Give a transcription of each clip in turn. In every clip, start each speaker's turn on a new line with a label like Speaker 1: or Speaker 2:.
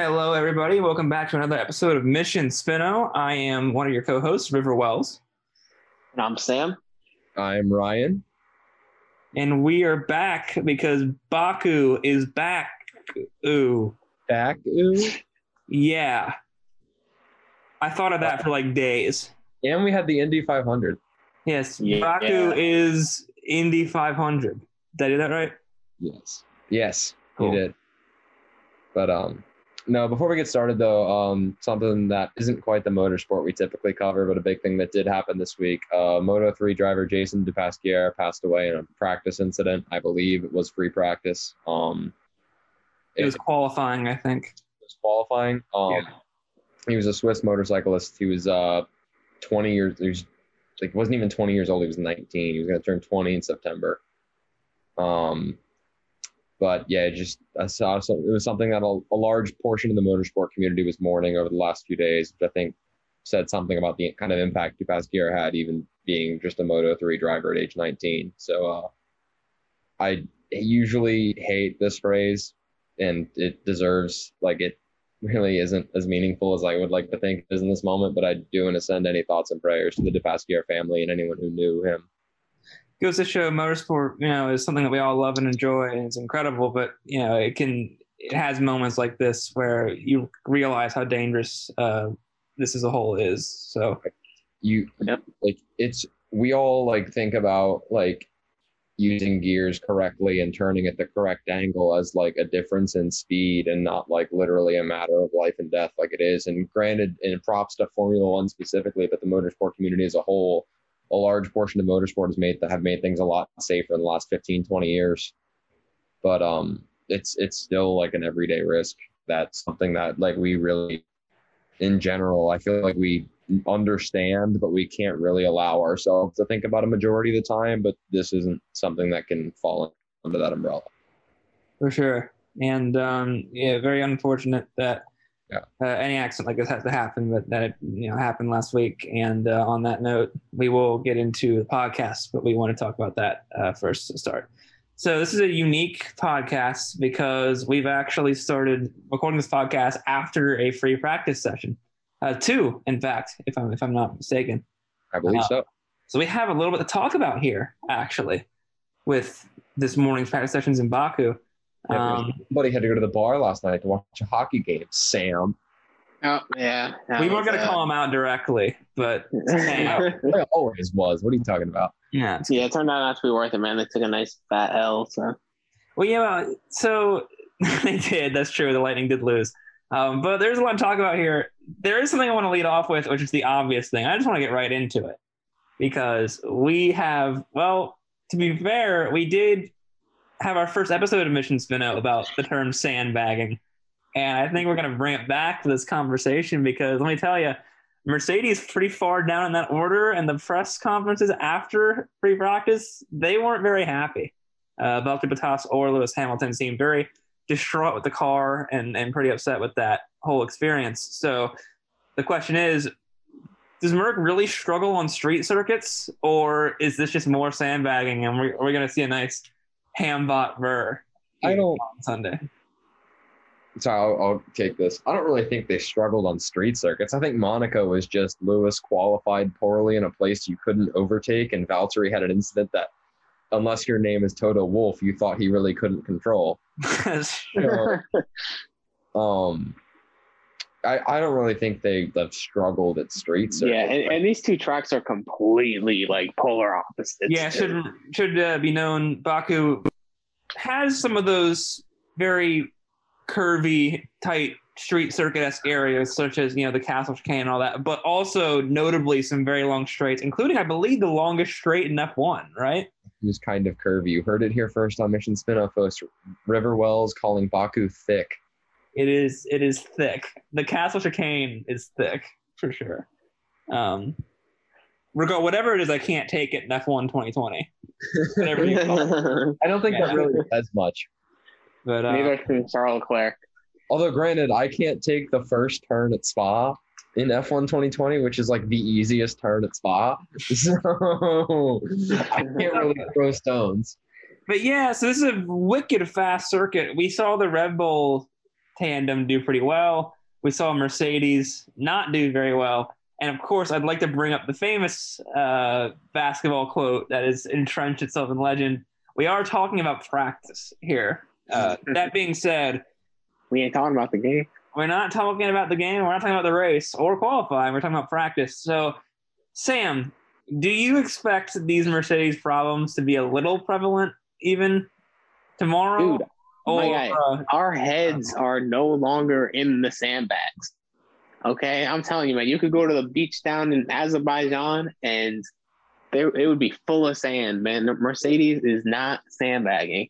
Speaker 1: everybody. Welcome back to another episode of Mission Spino. I am one of your co-hosts, River Wells,
Speaker 2: And I'm Sam.
Speaker 3: I'm Ryan.
Speaker 1: and we are back because Baku is back. Ooh,
Speaker 3: Back. Ooh.
Speaker 1: yeah. I thought of that for like days.
Speaker 3: And we had the Indy 500.
Speaker 1: Yes,
Speaker 2: Yeah.
Speaker 1: Baku is Indy 500. Did I do that right?
Speaker 3: Yes. Yes,
Speaker 1: Cool.
Speaker 3: you did. But um, no. Before we get started, though, um, something that isn't quite the motorsport we typically cover, but a big thing that did happen this week. Uh, Moto three driver Jason DePasquier passed away in a practice incident. I believe it was free practice. Um,
Speaker 1: It was qualifying, I think.
Speaker 3: was qualifying. Um,
Speaker 1: Yeah.
Speaker 3: He was a Swiss motorcyclist. He was uh, 20 years. He was, like wasn't even 20 years old. He was 19. He was going to turn 20 in September. Um, but yeah, it just I saw some, it was something that a, a large portion of the motorsport community was mourning over the last few days, which I think said something about the kind of impact Dupasquier had, even being just a Moto 3 driver at age 19. So uh, I usually hate this phrase, and it deserves like it really isn't as meaningful as I would like to think it is in this moment. But I do want to send any thoughts and prayers to the DePasquier family and anyone who knew him.
Speaker 1: goes to show motorsport you know is something that we all love and enjoy and it's incredible but you know it can it has moments like this where you realize how dangerous uh, this as a whole is so
Speaker 3: You
Speaker 2: Yep.
Speaker 3: like it's we all like think about like using gears correctly and turning at the correct angle as like a difference in speed and not like literally a matter of life and death like it is and granted and props to formula one specifically but the motorsport community as a whole a large portion of motorsport has made have made things a lot safer in the last 15 20 years but um it's it's still like an everyday risk that's something that like we really in general i feel like we understand but we can't really allow ourselves to think about a majority of the time but this isn't something that can fall under that umbrella
Speaker 1: for sure and um, yeah very unfortunate that
Speaker 3: Yeah.
Speaker 1: uh, any accident like this has to happen but that it you know happened last week and uh, on that note we will get into the podcast but we want to talk about that uh, first to start So this is a unique podcast because we've actually started recording this podcast after a free practice session, uh, two in fact, if I'm if I'm not mistaken.
Speaker 3: i believe so
Speaker 1: So we have a little bit to talk about here actually, with this morning's practice sessions in Baku. Um,
Speaker 3: somebody had to go to the bar last night to watch a hockey game sam
Speaker 2: Oh, yeah. that
Speaker 1: we were
Speaker 2: was,
Speaker 1: going to
Speaker 2: uh,
Speaker 1: call him out directly, but
Speaker 3: I always was what are you talking about
Speaker 1: yeah,
Speaker 2: yeah, it turned out not to be worth it, man. They took a nice fat L. So
Speaker 1: Well, yeah, well, so they did. That's true. The Lightning did lose. Um, but there's a lot to talk about here. There is something I want to lead off with, which is the obvious thing. I just want to get right into it because we have, well, to be fair, we did have our first episode of Mission Spino about the term sandbagging. And I think we're going to bring it back to this conversation because let me tell you, Mercedes pretty far down in that order, and the press conferences after free practice, they weren't very happy uh, Valtteri Bottas or Lewis Hamilton seemed very distraught with the car and, and pretty upset with that whole experience. So the question is, does Merck really struggle on street circuits, or is this just more sandbagging, and we're, we're going to see a nice hambot Ver
Speaker 3: i don't
Speaker 1: on Sunday?
Speaker 3: so I'll, I'll take this. I don't really think they struggled on street circuits. I think Monaco was just Lewis qualified poorly in a place you couldn't overtake, and Valtteri had an incident that, unless your name is Toto Wolf, you thought he really couldn't control.
Speaker 1: Oh,
Speaker 3: So, um, I I don't really think they have struggled at street
Speaker 2: yeah,
Speaker 3: circuits.
Speaker 2: and, and these two tracks are completely like polar opposites.
Speaker 1: yeah, should should uh, be known. Baku has some of those very curvy, tight street circuit esque areas, such as you know the Castle Chicane and all that, but also notably some very long straights, including I believe the longest straight in F one. Right?
Speaker 3: It was kind of curvy. You heard it here first on Mission Spinoff. Host River Wells calling Baku thick.
Speaker 1: It is. It is thick. The Castle Chicane is thick for sure. Um, regard whatever it is, I can't take it in F one 2020. Whatever you call it.
Speaker 3: I don't think
Speaker 1: Yeah.
Speaker 3: that really says much.
Speaker 1: But uh,
Speaker 2: Neither can Charles Leclerc.
Speaker 3: Although, granted, I can't take the first turn at Spa in F1 2020, which is like the easiest turn at Spa. So I can't really throw stones.
Speaker 1: But yeah, so this is a wicked fast circuit. We saw the Red Bull tandem do pretty well. We saw Mercedes not do very well. And of course, I'd like to bring up the famous uh, basketball quote that has entrenched itself in legend. We are talking about practice here. Uh, that being said,
Speaker 2: We ain't talking about the game.
Speaker 1: we're not talking about the game. We're not talking about the race or qualifying. We're talking about practice. So, Sam, do you expect these Mercedes problems to be a little prevalent even tomorrow?
Speaker 2: Dude, oh
Speaker 1: or,
Speaker 2: my guy.
Speaker 1: uh,
Speaker 2: Our heads are no longer in the sandbags. Okay, I'm telling you, man. You could go to the beach down in Azerbaijan, and there it would be full of sand, man. The Mercedes is not sandbagging.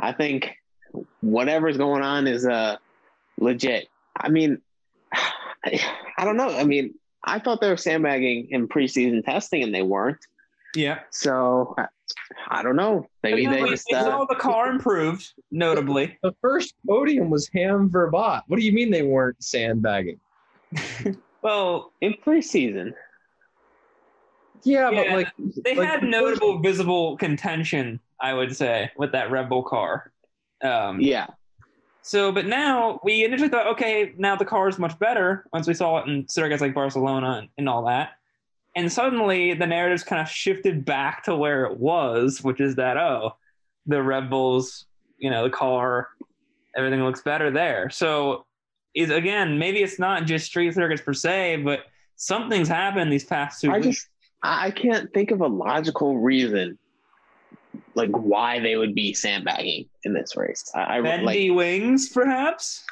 Speaker 2: I think whatever's going on is uh legit. I mean, I don't know. I mean, I thought they were sandbagging in preseason testing, and they weren't.
Speaker 1: yeah.
Speaker 2: So I, I don't know. Maybe
Speaker 1: But
Speaker 2: they
Speaker 1: no, we-
Speaker 2: just
Speaker 1: we
Speaker 2: uh,
Speaker 1: saw the car improved notably.
Speaker 3: The first podium was Ham Verbat. What do you mean they weren't sandbagging?
Speaker 1: Well,
Speaker 2: in preseason.
Speaker 3: Yeah,
Speaker 1: Yeah.
Speaker 3: but like
Speaker 1: they
Speaker 3: Like,
Speaker 1: had
Speaker 3: the
Speaker 1: notable visible contention, I would say, with that Red Bull car. Um,
Speaker 2: Yeah,
Speaker 1: So, but now we initially thought, okay, now the car is much better once we saw it in surrogates like Barcelona and, and all that. And suddenly the narrative's kind of shifted back to where it was, which is that, oh, the Red Bulls, you know, the car, everything looks better there. So, is again, maybe it's not just street circuits per se, but something's happened these past two
Speaker 2: I
Speaker 1: weeks.
Speaker 2: just I I can't think of a logical reason like why they would be sandbagging in this race. I, I
Speaker 1: Bendy
Speaker 2: like
Speaker 1: wings, perhaps?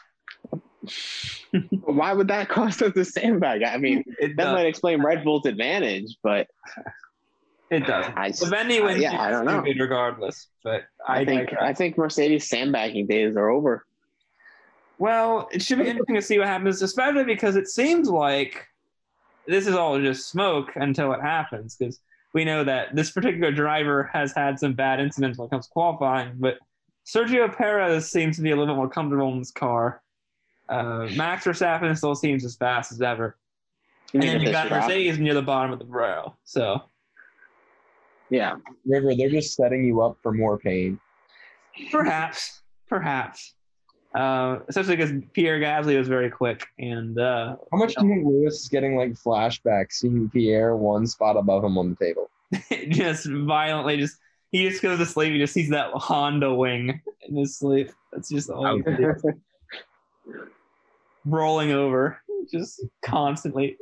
Speaker 2: why would that cost us the sandbag? I mean,
Speaker 1: It
Speaker 2: that
Speaker 1: does.
Speaker 2: might explain Red Bull's advantage, but
Speaker 1: It does.
Speaker 2: I
Speaker 1: The Bendy wings,
Speaker 2: yeah, I don't know.
Speaker 1: stupid regardless, but
Speaker 2: I think I think Mercedes sandbagging days are over.
Speaker 1: Well, it should be interesting to see what happens, especially because it seems like this is all just smoke until it happens. Because we know that this particular driver has had some bad incidents when it comes to qualifying, but Sergio Perez seems to be a little bit more comfortable in this car. Uh, Max Verstappen still seems as fast as ever, and
Speaker 2: Even
Speaker 1: then
Speaker 2: if
Speaker 1: you
Speaker 2: it's
Speaker 1: got
Speaker 2: rough.
Speaker 1: Mercedes near the bottom of the row. So
Speaker 2: Yeah,
Speaker 3: River, they're just setting you up for more pain.
Speaker 1: perhaps, perhaps, uh, especially because Pierre Gasly was very quick and uh,
Speaker 3: How much do you think Lewis is getting like flashbacks seeing Pierre one spot above him on the table?
Speaker 1: just violently just he just goes to sleep. He just sees that Honda wing in his sleep. That's just all he can do. rolling over, just constantly.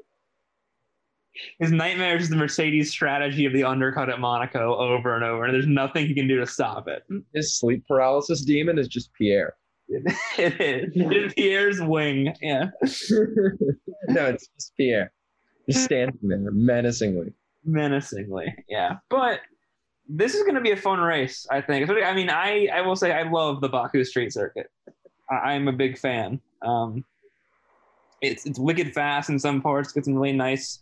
Speaker 1: His nightmare is the Mercedes strategy of the undercut at Monaco over and over, and there's nothing he can do to stop it.
Speaker 3: His sleep paralysis demon is just Pierre.
Speaker 1: It is it is Pierre's wing. Yeah,
Speaker 3: no, it's just Pierre. Just standing there menacingly.
Speaker 1: menacingly. Yeah, but this is going to be a fun race, I think. I mean, I I will say I love the Baku Street Circuit. I, I'm a big fan. Um, it's it's wicked fast in some parts, got some really nice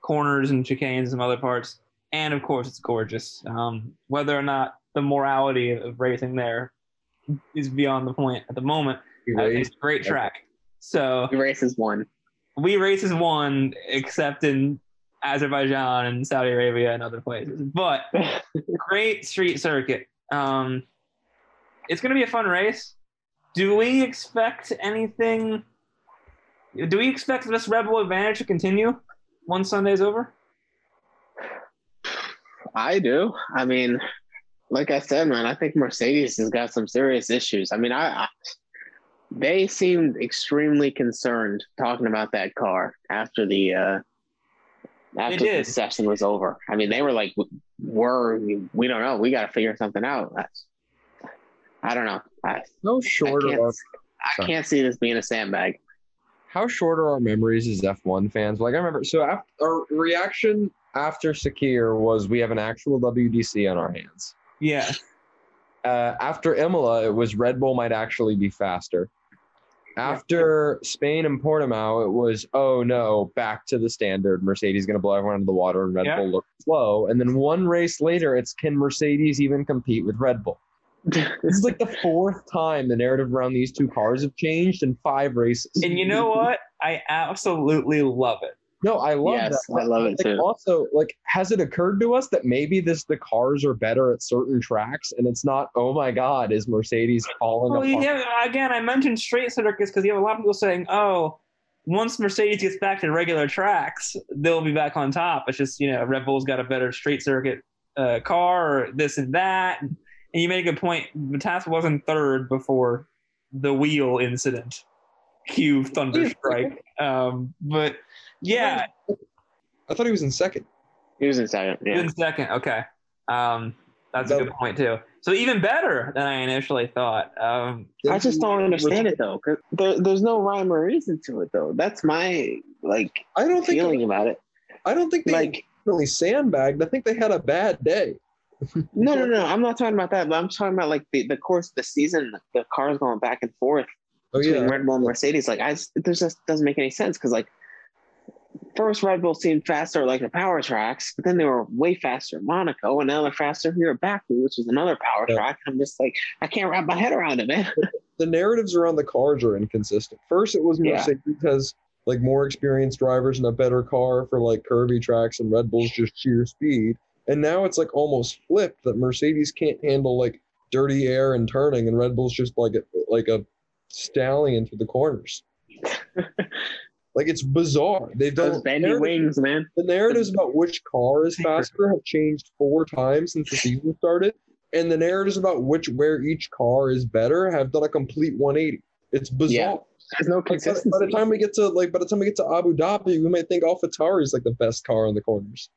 Speaker 1: corners and chicanes in some other parts, and of course it's gorgeous. Um, whether or not the morality of racing there is beyond the point at the moment,
Speaker 3: He
Speaker 1: I think
Speaker 3: raised-
Speaker 1: it's a great track. So
Speaker 2: the race is won.
Speaker 1: we races won except in Azerbaijan and Saudi Arabia and other places. But great street circuit. Um, it's going to be a fun race. Do we expect anything? Do we expect this Red Bull advantage to continue once Sunday's over?
Speaker 2: I do. I mean, like I said, man, I think Mercedes has got some serious issues. I mean, I, I they seemed extremely concerned talking about that car after the uh after the
Speaker 1: did.
Speaker 2: session was over. I mean, they were like, "We're we don't know. We got to figure something out." That's, I don't know. I,
Speaker 3: How
Speaker 2: I
Speaker 3: short
Speaker 2: can't.
Speaker 3: are our,
Speaker 2: I can't see this being a sandbag.
Speaker 3: how short are our memories as F1 fans? Like I remember, so after, our reaction after Sakir was we have an actual WDC on our hands.
Speaker 1: Yeah.
Speaker 3: Uh, after Imola, it was Red Bull might actually be faster. After Spain and Portimao, it was oh no, back to the standard. Mercedes going to blow everyone out of the water, and Red
Speaker 1: Yeah.
Speaker 3: Bull looked slow. And then one race later, it's can Mercedes even compete with Red Bull? This is like the fourth time the narrative around these two cars have changed in five races.
Speaker 1: And you know what? I absolutely love it.
Speaker 3: no, I love
Speaker 2: yes,
Speaker 3: that.
Speaker 2: I love it
Speaker 3: Like,
Speaker 2: too.
Speaker 3: also, like, has it occurred to us that maybe this the cars are better at certain tracks, and it's not? Oh my God, is Mercedes falling
Speaker 1: Well,
Speaker 3: apart?
Speaker 1: yeah, again, I mentioned straight circuits because you have a lot of people saying, oh, once Mercedes gets back to regular tracks, they'll be back on top. It's just you know Red Bull's got a better straight circuit uh, car or this and that. And you made a good point. Bottas was in third before the wheel incident. Cue thunderstrike. Um, but yeah,
Speaker 4: I thought he was in second.
Speaker 2: He was in second. Yeah.
Speaker 1: in second. Okay. Um, that's a good point too. So even better than I initially thought. Um,
Speaker 2: I just don't understand it though. 'cause there, there's no rhyme or reason to it though. That's my like
Speaker 3: I don't think
Speaker 2: feeling about it.
Speaker 3: I don't think they
Speaker 2: Like,
Speaker 3: really sandbagged. I think they had a bad day.
Speaker 2: no, no, no. I'm not talking about that. But I'm talking about like the, the course of the season. The cars going back and forth
Speaker 3: Oh
Speaker 2: between
Speaker 3: yeah,
Speaker 2: Red Bull and Mercedes. Like, I just, this just doesn't make any sense because like first Red Bull seemed faster like the power tracks, but then they were way faster in Monaco, and now they're faster here at Baku, which is another power
Speaker 3: Yeah.
Speaker 2: track. I'm just like, I can't wrap my head around it, man.
Speaker 3: the narratives around the cars are inconsistent. First, it was
Speaker 2: Yeah.
Speaker 3: Mercedes has like more experienced drivers and a better car for like curvy tracks, and Red Bull's just sheer speed. And now it's like almost flipped that Mercedes can't handle like dirty air and turning, and Red Bull's just like a, like a stallion through the corners. like it's bizarre. They've done
Speaker 2: Those bendy
Speaker 3: narrative-
Speaker 2: wings, man.
Speaker 3: The narratives about which car is faster have changed four times since the season started, and the narratives about which where each car is better have done a complete 180. It's bizarre.
Speaker 2: There's no
Speaker 3: Like, by,
Speaker 2: consistency.
Speaker 3: by the time we get to like by the time we get to Abu Dhabi, we might think AlphaTauri is like the best car on the corners.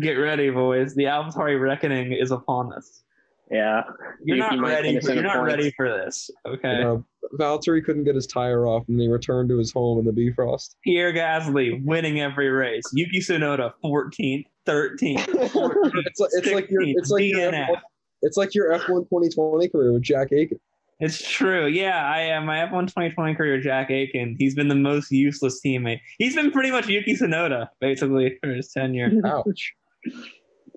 Speaker 1: get ready, boys. The Alvatari reckoning is upon us.
Speaker 2: yeah.
Speaker 1: You're
Speaker 2: You-
Speaker 1: not
Speaker 2: you might
Speaker 1: ready.
Speaker 2: finish
Speaker 1: For,
Speaker 2: in
Speaker 1: you're
Speaker 2: a
Speaker 1: not
Speaker 2: point.
Speaker 1: ready for this. Okay.
Speaker 3: You know, Valtteri couldn't get his tire off, and he returned to his home in the Bifrost.
Speaker 1: Pierre Gasly winning every race. Yuki Tsunoda 14th, 13th, 14th,
Speaker 3: It's like it's like your
Speaker 1: 16th,
Speaker 3: it's like your
Speaker 1: DNF.
Speaker 3: F1 it's like your F1 2020 career with Jack Aiken.
Speaker 1: It's true. Yeah, I am. My F1 2020 career, Jack Aiken. He's been the most useless teammate. He's been pretty much Yuki Tsunoda basically for his tenure.
Speaker 3: Ouch.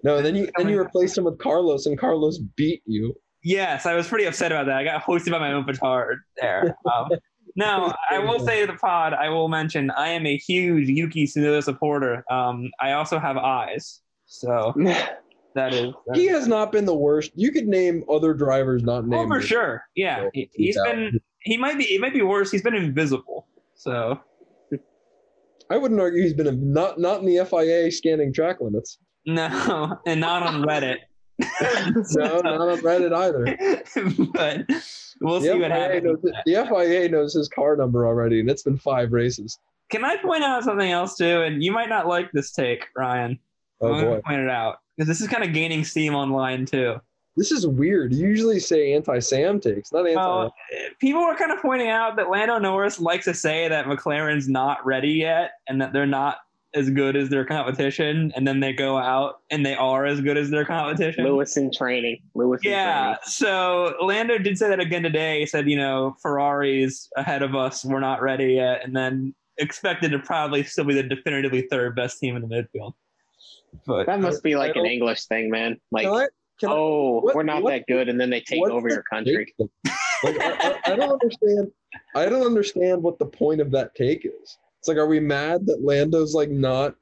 Speaker 3: No, then you then you replaced him with Carlos, and Carlos beat you.
Speaker 1: Yes, I was pretty upset about that. I got hosted by my own petard there. Um, now, I will say to the pod, I will mention I am a huge Yuki Tsunoda supporter. Um, I also have eyes, so that is. that
Speaker 3: he
Speaker 1: is-
Speaker 3: has not been the worst. You could name other drivers not
Speaker 1: oh,
Speaker 3: named.
Speaker 1: for sure. Yeah,
Speaker 3: So,
Speaker 1: he, has
Speaker 3: yeah.
Speaker 1: been. He might be. It might be worse. He's been invisible. So
Speaker 3: I wouldn't argue he's been a, not not in the FIA scanning track limits.
Speaker 1: no, and not on Reddit.
Speaker 3: No, not on Reddit either.
Speaker 1: but we'll
Speaker 3: the,
Speaker 1: see what
Speaker 3: FIA
Speaker 1: happens.
Speaker 3: knows, the FIA knows his car number already, and it's been five races.
Speaker 1: Can I point out something else too? And you might not like this take, Ryan.
Speaker 3: Oh
Speaker 1: I'm gonna
Speaker 3: boy,
Speaker 1: point it out because this is kind of gaining steam online too.
Speaker 3: this is weird. You usually say anti-Sam takes, not anti.
Speaker 1: Well, people were kind of pointing out that Lando Norris likes to say that McLaren's not ready yet and that they're not as good as their competition, and then they go out and they are as good as their competition.
Speaker 2: Lewis in training. Lewis
Speaker 1: Yeah. So Lando did say that again today. He said, you know, Ferrari's ahead of us. We're not ready yet. And then expected to probably still be the definitively third best team in the midfield.
Speaker 2: in training. That must be like an English thing, man. Like,
Speaker 3: Can I- can I-
Speaker 2: oh,
Speaker 3: what-
Speaker 2: we're not
Speaker 3: what-
Speaker 2: that good, and then they take
Speaker 3: what's
Speaker 2: over
Speaker 3: the
Speaker 2: your country.
Speaker 3: take? Like, I, I- I don't understand. I don't understand what the point of that take is. It's like, are we mad that Lando's like not?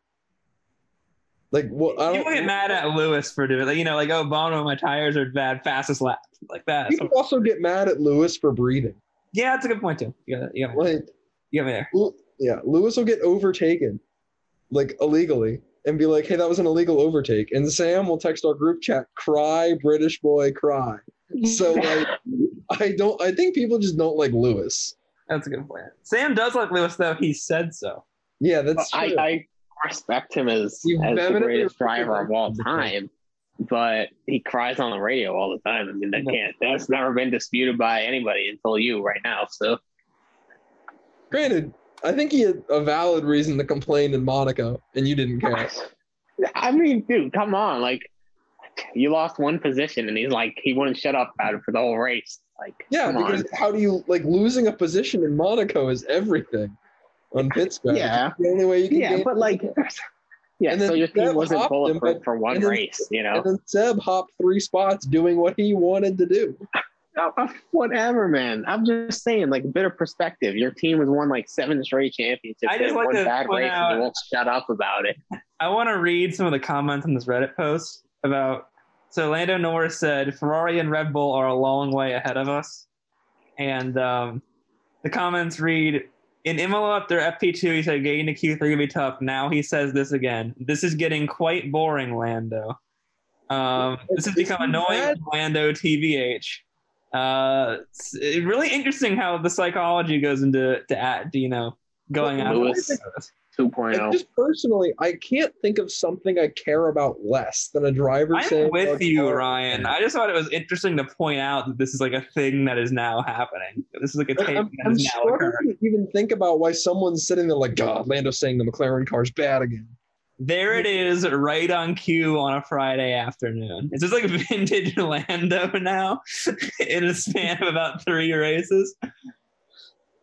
Speaker 3: Like what? I don't.
Speaker 1: People get mad at Lewis for doing like, you know, like, oh, Bono, my tires are bad, fastest lap. Like that.
Speaker 3: People also get mad at Lewis for breathing.
Speaker 1: yeah, that's a good point, too. You got, you got, me-
Speaker 3: Like,
Speaker 1: you got me there.
Speaker 3: Lu- yeah, Lewis will get overtaken, like illegally, and be like, "Hey, that was an illegal overtake." And Sam will text our group chat, "Cry, British boy, cry." So like, I don't. I think people just don't like Lewis.
Speaker 1: That's a good point. Sam does like Lewis, though. He said so.
Speaker 3: Yeah, that's
Speaker 2: I,
Speaker 3: true.
Speaker 2: I respect him as,
Speaker 3: You
Speaker 2: as the
Speaker 3: vehemently
Speaker 2: greatest driver of all
Speaker 3: respect him.
Speaker 2: time, but he cries on the radio all the time. I mean, that
Speaker 1: Yeah.
Speaker 2: can't. That's never been disputed by anybody until you right now. So
Speaker 3: Granted, I think he had a valid reason to complain in Monaco, and you didn't care.
Speaker 2: I mean, dude, come on. Like, you lost one position, and he's like, he wouldn't shut up about it for the whole race. Like,
Speaker 3: Yeah,
Speaker 2: come
Speaker 3: because
Speaker 2: on.
Speaker 3: how do you like losing a position in Monaco is everything on pit strategy.
Speaker 2: Yeah.
Speaker 3: the only way you can.
Speaker 2: Yeah,
Speaker 3: gain-
Speaker 2: but like, yeah.
Speaker 3: And then
Speaker 2: So your team
Speaker 3: Seb
Speaker 2: wasn't
Speaker 3: hopped him,
Speaker 2: bulletproof
Speaker 3: but-
Speaker 2: for one
Speaker 3: and then-
Speaker 2: race, you know.
Speaker 3: and then Seb hopped three spots doing what he wanted to do.
Speaker 2: Oh, uh, Whatever, man. I'm just saying, like, bit of perspective. Your team has won like seven straight championships.
Speaker 1: I just
Speaker 2: and
Speaker 1: like
Speaker 2: one
Speaker 1: to
Speaker 2: bad
Speaker 1: point
Speaker 2: race,
Speaker 1: out-
Speaker 2: and you won't shut up about it.
Speaker 1: I want to read some of the comments on this Reddit post about. So Lando Norris said Ferrari and Red Bull are a long way ahead of us, and um, the comments read: In Imola, after FP2, he said getting to Q3 would be tough. Now he says this again. This is getting quite boring, Lando. Um, this has
Speaker 3: It's
Speaker 1: become annoying,
Speaker 3: mad.
Speaker 1: Lando TBH. Uh, it's it- really interesting how the psychology goes into to at you know going
Speaker 3: But
Speaker 1: out.
Speaker 2: Lewis- 2.0.
Speaker 3: And just personally, I can't think of something I care about less than a driver
Speaker 1: I'm
Speaker 3: saying,
Speaker 1: with
Speaker 3: "Fuck
Speaker 1: you,
Speaker 3: off."
Speaker 1: Ryan. I just thought it was interesting to point out that this is like a thing that is now happening. This is like a
Speaker 3: And
Speaker 1: take
Speaker 3: I'm,
Speaker 1: that
Speaker 3: I'm
Speaker 1: is now
Speaker 3: struggling
Speaker 1: occurring.
Speaker 3: to even think about why someone's sitting there like, God, Lando's saying the McLaren car's bad again.
Speaker 1: There it is, right on cue on a Friday afternoon. It's just like vintage Lando now in a span of about three races.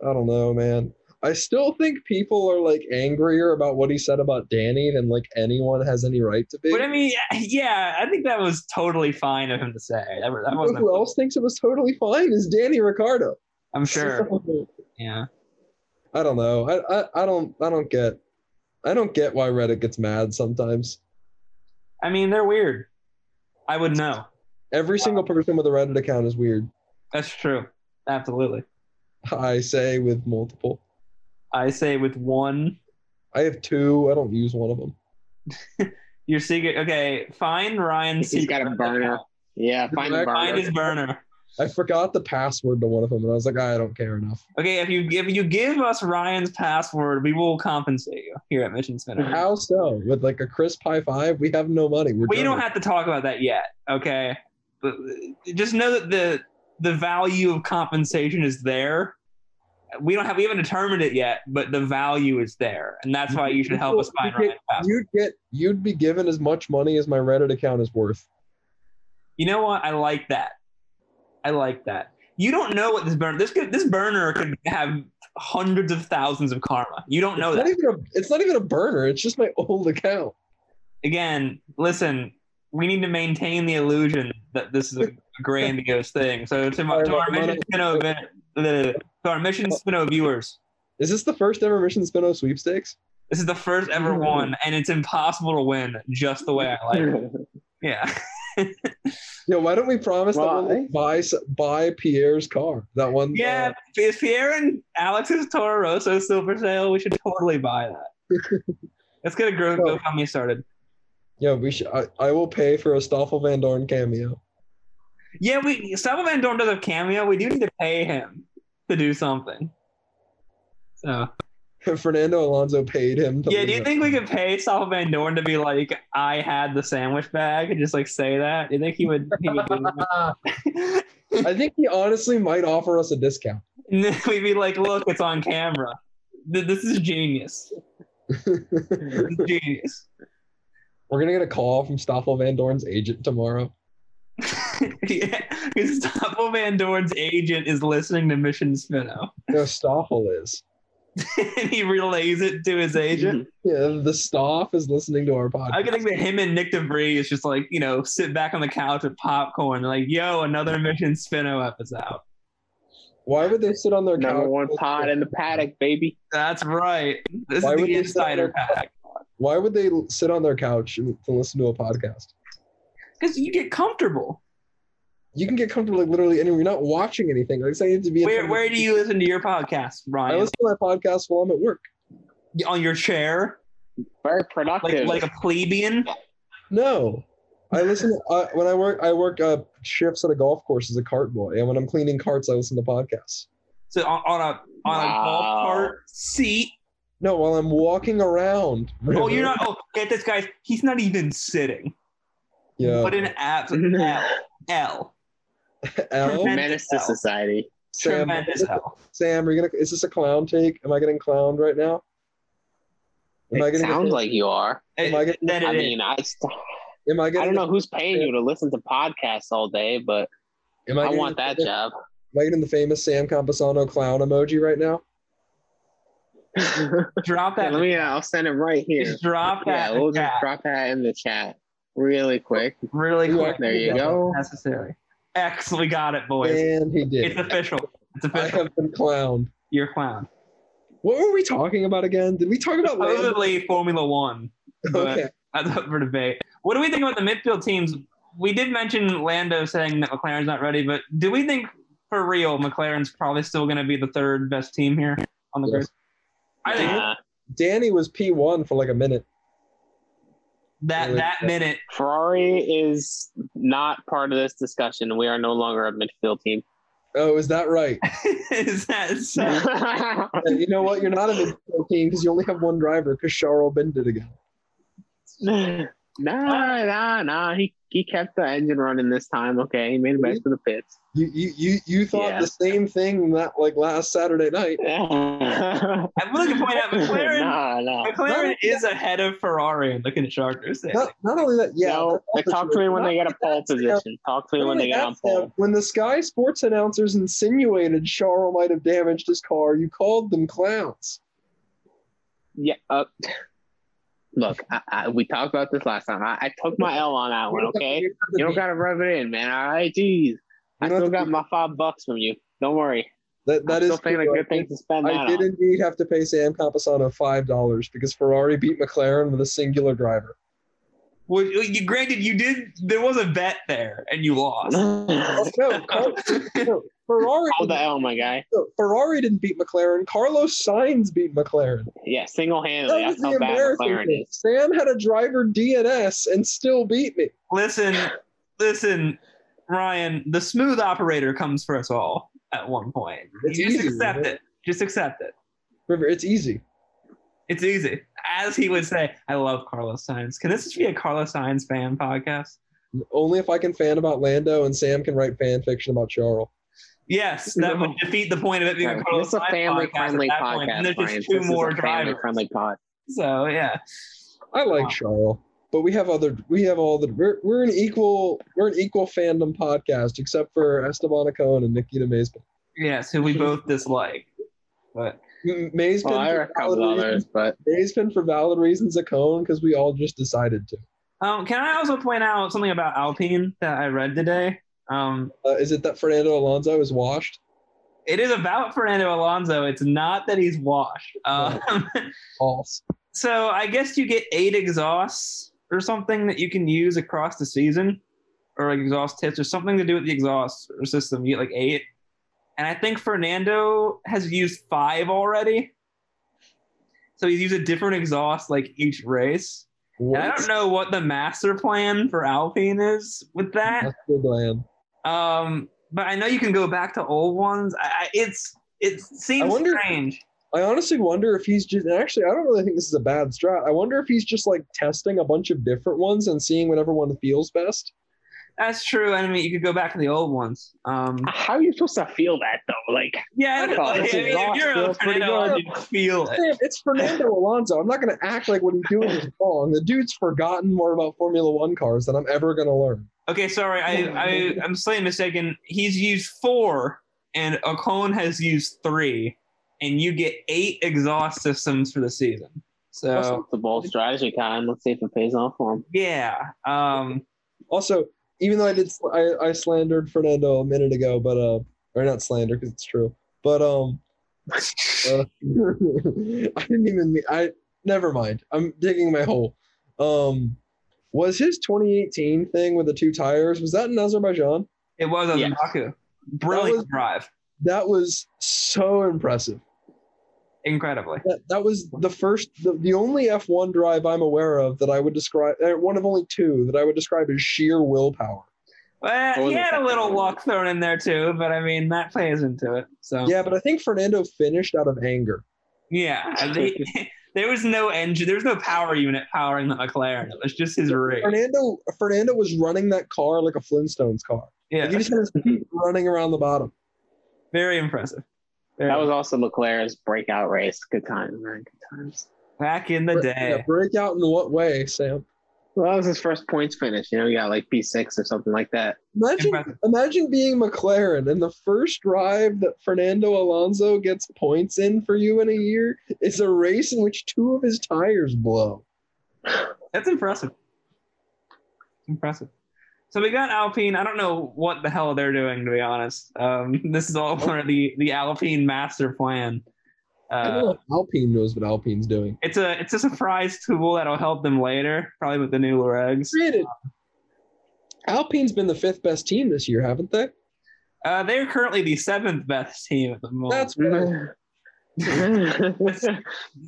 Speaker 3: I don't know, man. I still think people are like angrier about what he said about Danny than like anyone has any right to be.
Speaker 1: But I mean, yeah, I think that was totally fine of him to say. That, that
Speaker 3: You know
Speaker 1: wasn't.
Speaker 3: who else thinks it was totally fine is Danny Ricardo.
Speaker 1: I'm sure. Yeah.
Speaker 3: I don't know. I, I I don't I don't get I don't get why Reddit gets mad sometimes.
Speaker 1: I mean, they're weird. I would know.
Speaker 3: Every single person with a Reddit account is weird.
Speaker 1: That's true. Absolutely.
Speaker 3: I say with multiple.
Speaker 1: I say with one
Speaker 3: I have two. I don't use one of them.
Speaker 1: Your secret. Okay, find Ryan's.
Speaker 2: He's got a
Speaker 1: secret
Speaker 2: burner.
Speaker 1: account.
Speaker 2: yeah, find the
Speaker 1: Find
Speaker 2: burner.
Speaker 1: his burner.
Speaker 3: I forgot the password to one of them, and I was like, "Ah, I don't care enough.
Speaker 1: Okay, if you if you give us Ryan's password, we will compensate you here at Mission Spinner.
Speaker 3: How so? With like a crisp high five, we have no money. We're
Speaker 1: We don't
Speaker 3: done.
Speaker 1: have to talk about that yet. Okay, but uh, just know that the the value of compensation is there. We don't have we haven't determined it yet, but the value is there, and that's why you should help us find
Speaker 3: You'd
Speaker 1: Ryan's password.
Speaker 3: You'd get you'd be given as much money as my Reddit account is worth.
Speaker 1: You know what? I like that. I like that. You don't know what this burner. This could, this burner could have hundreds of thousands of karma. You don't know
Speaker 3: It's not
Speaker 1: that.
Speaker 3: even a it's not even a burner. It's just my old account.
Speaker 1: Again, listen. We need to maintain the illusion that this is a grandiose thing. So to, my, to our mission Spino event, the, to our mission Spino viewers,
Speaker 3: Is this the first ever Mission Spino sweepstakes?
Speaker 1: this is the first ever one, and it's impossible to win just the way I like. It. Yeah.
Speaker 3: Yeah, why don't we promise that we'll
Speaker 2: Why?
Speaker 3: buy s- buy Pierre's car? That one. uh,
Speaker 1: Yeah, if Pierre and Alex's Toro Rosso is still for sale, we should totally buy that. Let's get a grow
Speaker 3: Well-
Speaker 1: GoFundMe started.
Speaker 3: yeah, we should. I, I will pay for a Stoffel Van Dorn cameo.
Speaker 1: Yeah, we Sabo Van Dorn does a cameo. We do need to pay him to do something. So
Speaker 3: Fernando Alonso paid him. To
Speaker 1: yeah, do
Speaker 3: leave
Speaker 1: you
Speaker 3: it.
Speaker 1: think we could pay Sabo Van Dorn to be like, I had the sandwich bag and just like say that? Do you think he would he would do that?
Speaker 3: I think he honestly might offer us a discount.
Speaker 1: and then we'd be like, look, it's on camera. Th- This is genius. This is genius.
Speaker 3: We're gonna get a call from Stoffel Van Dorn's agent tomorrow.
Speaker 1: yeah, Gustavo Van Dorn's agent is listening to Mission Spino,
Speaker 3: No, Stoffel is.
Speaker 1: and he relays it to his agent.
Speaker 3: Yeah, the Stoff is listening to our podcast.
Speaker 1: I can think that him and Nick DeVries is just like you know sit back on the couch with popcorn, like yo, another Mission Spino episode.
Speaker 3: Why would they sit on their
Speaker 2: Number
Speaker 3: couch?
Speaker 2: one pod in the paddock, baby.
Speaker 1: That's right. This
Speaker 3: Why
Speaker 1: is
Speaker 3: would
Speaker 1: the
Speaker 3: you say
Speaker 1: insider
Speaker 3: that?
Speaker 1: pack
Speaker 3: Why would they l- sit on their couch and- to listen to a podcast?
Speaker 1: because you get comfortable.
Speaker 3: You can get comfortable like literally anywhere. You're not watching anything. Like saying to be. in front
Speaker 1: Where
Speaker 3: of-
Speaker 1: where do you listen to your podcast,
Speaker 3: I
Speaker 1: Ryan?
Speaker 3: listen to my podcast while I'm at work.
Speaker 1: on your chair,
Speaker 2: Very
Speaker 1: like
Speaker 2: productive.
Speaker 1: like a plebeian.
Speaker 3: No, I listen uh, when I work. I work uh, shifts at a golf course as a cart boy, and when I'm cleaning carts, I listen to podcasts.
Speaker 1: So on, on a on a
Speaker 2: Wow.
Speaker 1: golf cart seat.
Speaker 3: No, while I'm walking around.
Speaker 1: Oh,
Speaker 3: River.
Speaker 1: you're not. Oh, get this, guys. He's not even sitting.
Speaker 3: Yeah.
Speaker 1: What an absolute L. L.
Speaker 3: Al,
Speaker 2: Menace to society.
Speaker 3: Sam,
Speaker 1: Tremendous hell.
Speaker 3: Sam, are you gonna? Is this a clown take? Am I getting clowned right now? Am I
Speaker 2: It
Speaker 3: getting?
Speaker 2: sounds like you are.
Speaker 3: Am I getting-
Speaker 1: That
Speaker 2: I
Speaker 1: it is.
Speaker 2: mean, I,
Speaker 3: Am I
Speaker 2: I
Speaker 3: getting?
Speaker 2: don't know who's paying you to listen to podcasts all day, but
Speaker 3: Am
Speaker 2: I
Speaker 3: getting-
Speaker 2: want that job.
Speaker 3: Am I getting the famous Sam Camposano clown emoji right now?
Speaker 2: Let
Speaker 1: Drop that.
Speaker 2: me. I'll send it right here.
Speaker 1: Just drop
Speaker 2: Yeah,
Speaker 1: that. in
Speaker 2: we'll
Speaker 1: the
Speaker 2: just
Speaker 1: chat
Speaker 2: drop that in the chat really quick.
Speaker 1: really quick.
Speaker 2: There you go.
Speaker 1: Necessary. X, we got it, boys.
Speaker 3: And he
Speaker 1: It's
Speaker 3: did.
Speaker 1: official. It's
Speaker 3: I
Speaker 1: official.
Speaker 3: have been clowned.
Speaker 1: You're a clown.
Speaker 3: What were we talking about again? Did we talk about? Lando?
Speaker 1: Supposedly Formula One. But
Speaker 3: Okay.
Speaker 1: that's up for debate. What do we think about the midfield teams? We did mention Lando saying that McLaren's not ready, but do we think for real McLaren's probably still going to be the third best team here on the
Speaker 3: Yes.
Speaker 1: grid? I think
Speaker 2: Nah,
Speaker 3: Danny was P1 for like a minute.
Speaker 1: that that minute.
Speaker 2: Ferrari is not part of this discussion. We are no longer a midfield team.
Speaker 3: Oh, is that right?
Speaker 1: is that so?
Speaker 2: That's
Speaker 3: Hey, you know what? You're not a midfield team because you only have one driver because Charles Ben did again.
Speaker 2: nah, nah, nah. He he kept the engine running this time. Okay, he made it back to the pits.
Speaker 3: You you you, you thought
Speaker 2: Yeah.
Speaker 3: the same thing that like last Saturday night.
Speaker 1: I'm looking to point out McLaren.
Speaker 2: Nah, nah.
Speaker 1: McLaren is ahead of Ferrari. and Looking at Chargers,
Speaker 3: Not, not only that, yeah.
Speaker 2: no,
Speaker 3: that's
Speaker 2: talk
Speaker 3: also
Speaker 2: to me
Speaker 3: true.
Speaker 2: when they get a pole position. Talk to me
Speaker 3: Not
Speaker 2: when
Speaker 3: only
Speaker 2: they get
Speaker 3: that,
Speaker 2: on pole.
Speaker 3: Sam, when the Sky Sports announcers insinuated Charles might have damaged his car, you called them clowns.
Speaker 2: Yeah. Uh, look, I, I, we talked about this last time. I, I took my L on that one. Oh, Okay, you don't gotta rub it in, man. All right, jeez. I still got my five bucks from you. Don't worry.
Speaker 3: that, that
Speaker 2: I'm
Speaker 3: is
Speaker 2: still paying a
Speaker 3: true.
Speaker 2: good thing to spend that
Speaker 3: I
Speaker 2: on.
Speaker 3: did indeed have to pay Sam Camposano five dollars because Ferrari beat McLaren with a singular driver.
Speaker 1: Well, you, granted, you did. There was a bet there, and you lost.
Speaker 3: Oh, no, Car- no, Ferrari,
Speaker 2: Hold the L, my guy.
Speaker 3: no, Ferrari didn't beat McLaren. Carlos Sainz beat McLaren.
Speaker 2: Yeah, single handedly.
Speaker 3: That was
Speaker 2: That's
Speaker 3: the
Speaker 2: how bad
Speaker 3: embarrassing
Speaker 2: McLaren
Speaker 3: thing.
Speaker 2: is.
Speaker 3: Sam had a driver DNS and still beat me.
Speaker 1: Listen, listen, Ryan. The smooth operator comes for us all at one point.
Speaker 3: It's
Speaker 1: You just
Speaker 3: easy,
Speaker 1: accept
Speaker 3: right?
Speaker 1: it. Just accept it.
Speaker 3: River, it's easy.
Speaker 1: It's easy, as he would say. I love Carlos Sainz. Can this just be a Carlos Sainz fan podcast?
Speaker 3: Only if I can fan about Lando and Sam can write fan fiction about Charles.
Speaker 1: Yes, that
Speaker 2: No.
Speaker 1: would defeat the point of it being a
Speaker 2: This
Speaker 1: Carlos
Speaker 2: is a
Speaker 1: Sainz
Speaker 2: family friendly
Speaker 1: at that point, and
Speaker 2: podcast,
Speaker 1: there's
Speaker 2: Brian.
Speaker 1: just two
Speaker 2: This is
Speaker 1: more
Speaker 2: a family
Speaker 1: drivers.
Speaker 2: friendly pod.
Speaker 1: So yeah,
Speaker 3: I like
Speaker 1: Wow.
Speaker 3: Charles, but we have other we have all the we're, we're an equal we're an equal fandom podcast except for Esteban Ocon and Nikita Mazepin.
Speaker 1: yes, who we both dislike. But
Speaker 3: M- Mazepin,
Speaker 2: Well, there are
Speaker 3: for
Speaker 2: a couple
Speaker 3: valid
Speaker 2: others,
Speaker 3: reasons,
Speaker 2: but
Speaker 3: Mazepin for valid reasons, Ocon because we all just decided to.
Speaker 1: um, can I also point out something about Alpine that I read today? Um,
Speaker 3: Uh, is it that Fernando Alonso is washed?
Speaker 1: it is about Fernando Alonso. It's not that he's washed. Um,
Speaker 3: False.
Speaker 1: so I guess you get eight exhausts or something that you can use across the season, or like exhaust tips or something to do with the exhaust or system. You get like eight, and I think Fernando has used five already. So he's used a different exhaust like each race. And I
Speaker 3: What?
Speaker 1: don't know what the master plan for Alpine is with that.
Speaker 3: That's good, Lan.
Speaker 1: Um, but I know you can go back to old ones. I, I, it's it seems
Speaker 3: I wonder-
Speaker 1: strange.
Speaker 3: I honestly wonder if he's just and actually I don't really think this is a bad strat. I wonder if he's just like testing a bunch of different ones and seeing whatever one feels best.
Speaker 1: That's true. I mean, you could go back to the old ones. Um,
Speaker 2: how are you supposed to feel that though? Like,
Speaker 1: yeah, I
Speaker 2: I thought this
Speaker 1: I mean, if
Speaker 2: exhaust
Speaker 1: you're a
Speaker 2: feels pretty
Speaker 1: Fernando,
Speaker 3: good.
Speaker 1: you feel it.
Speaker 3: Sam, it's Fernando Alonso. I'm not going to act like what he's doing is wrong. The dude's forgotten more about Formula One cars than I'm ever going to learn.
Speaker 1: Okay, sorry, I, I I'm slightly mistaken. He's used four, and Ocon has used three, and you get eight exhaust systems for the season. So
Speaker 2: the bold strategy, Kyle. Let's see if it pays off for him.
Speaker 1: yeah, um,
Speaker 3: Also, even though I did sl- I, I slandered Fernando a minute ago, but uh, or not slander because it's true. But um, uh, I didn't even me- I never mind. I'm digging my hole. Um, was his 2018 thing with the two tires was that in Azerbaijan?
Speaker 1: it was on
Speaker 2: Yes.
Speaker 1: Baku. Brilliant
Speaker 3: was-
Speaker 1: drive,
Speaker 3: That was so impressive.
Speaker 1: incredibly.
Speaker 3: That, that was the first, the, the only F1 drive I'm aware of that I would describe, uh, one of only two that I would describe as sheer willpower.
Speaker 1: Well, he
Speaker 2: Wasn't
Speaker 1: had a
Speaker 2: that
Speaker 1: little
Speaker 2: bad.
Speaker 1: luck thrown in there too, but I mean that plays into it. So
Speaker 3: Yeah, but I think Fernando finished out of anger.
Speaker 1: yeah, I mean, there was no engine, there was no power unit powering the McLaren. It was just his rig.
Speaker 3: Fernando Fernando was running that car like a Flintstones car. Like, he
Speaker 1: Yeah,
Speaker 3: just had his feet running around the bottom.
Speaker 1: very impressive. Very-
Speaker 2: That was also Leclerc's breakout race. Good times, man. Good times.
Speaker 1: back in the
Speaker 3: Bre-
Speaker 1: day.
Speaker 3: yeah, breakout in what way, Sam?
Speaker 2: Well, that was his first points finish. You know, he got like P6 or something like that.
Speaker 3: Imagine
Speaker 1: Impressive.
Speaker 3: imagine being McLaren and the first drive that Fernando Alonso gets points in for you in a year is a race in which two of his tires blow.
Speaker 1: That's impressive. Impressive. So we got Alpine. I don't know what the hell they're doing, to be honest. Um, this is all part of the the Alpine master plan.
Speaker 3: I
Speaker 1: Uh,
Speaker 3: don't know if Alpine knows what Alpine's doing.
Speaker 1: it's a it's a surprise tool that'll help them later, probably with the new regs.
Speaker 3: Granted, Alpine's been the fifth best team this year, haven't they?
Speaker 1: Uh, they're currently the seventh best team at the moment.
Speaker 3: That's
Speaker 2: They're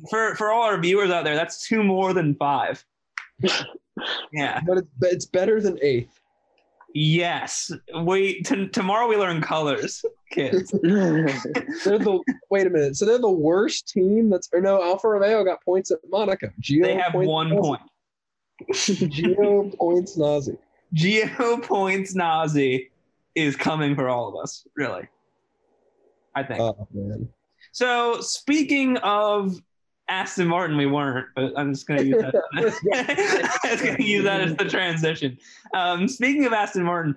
Speaker 1: For for all our viewers out there, that's two more than five. yeah.
Speaker 3: But it's, but it's better than eighth.
Speaker 1: Yes. Wait. T- tomorrow we learn colors, kids.
Speaker 3: They're the wait a minute. So they're the worst team. That's or no, Alfa Romeo got points at Monaco. Gio
Speaker 1: They have
Speaker 3: points
Speaker 1: one
Speaker 3: Nazi.
Speaker 1: point.
Speaker 3: Gio points Nazi.
Speaker 1: Geo points Nazi is coming for all of us. Really, I think.
Speaker 3: Oh man.
Speaker 1: So speaking of Aston Martin, we weren't, but I'm just gonna use that. I was gonna use that as the transition. Um, speaking of Aston Martin,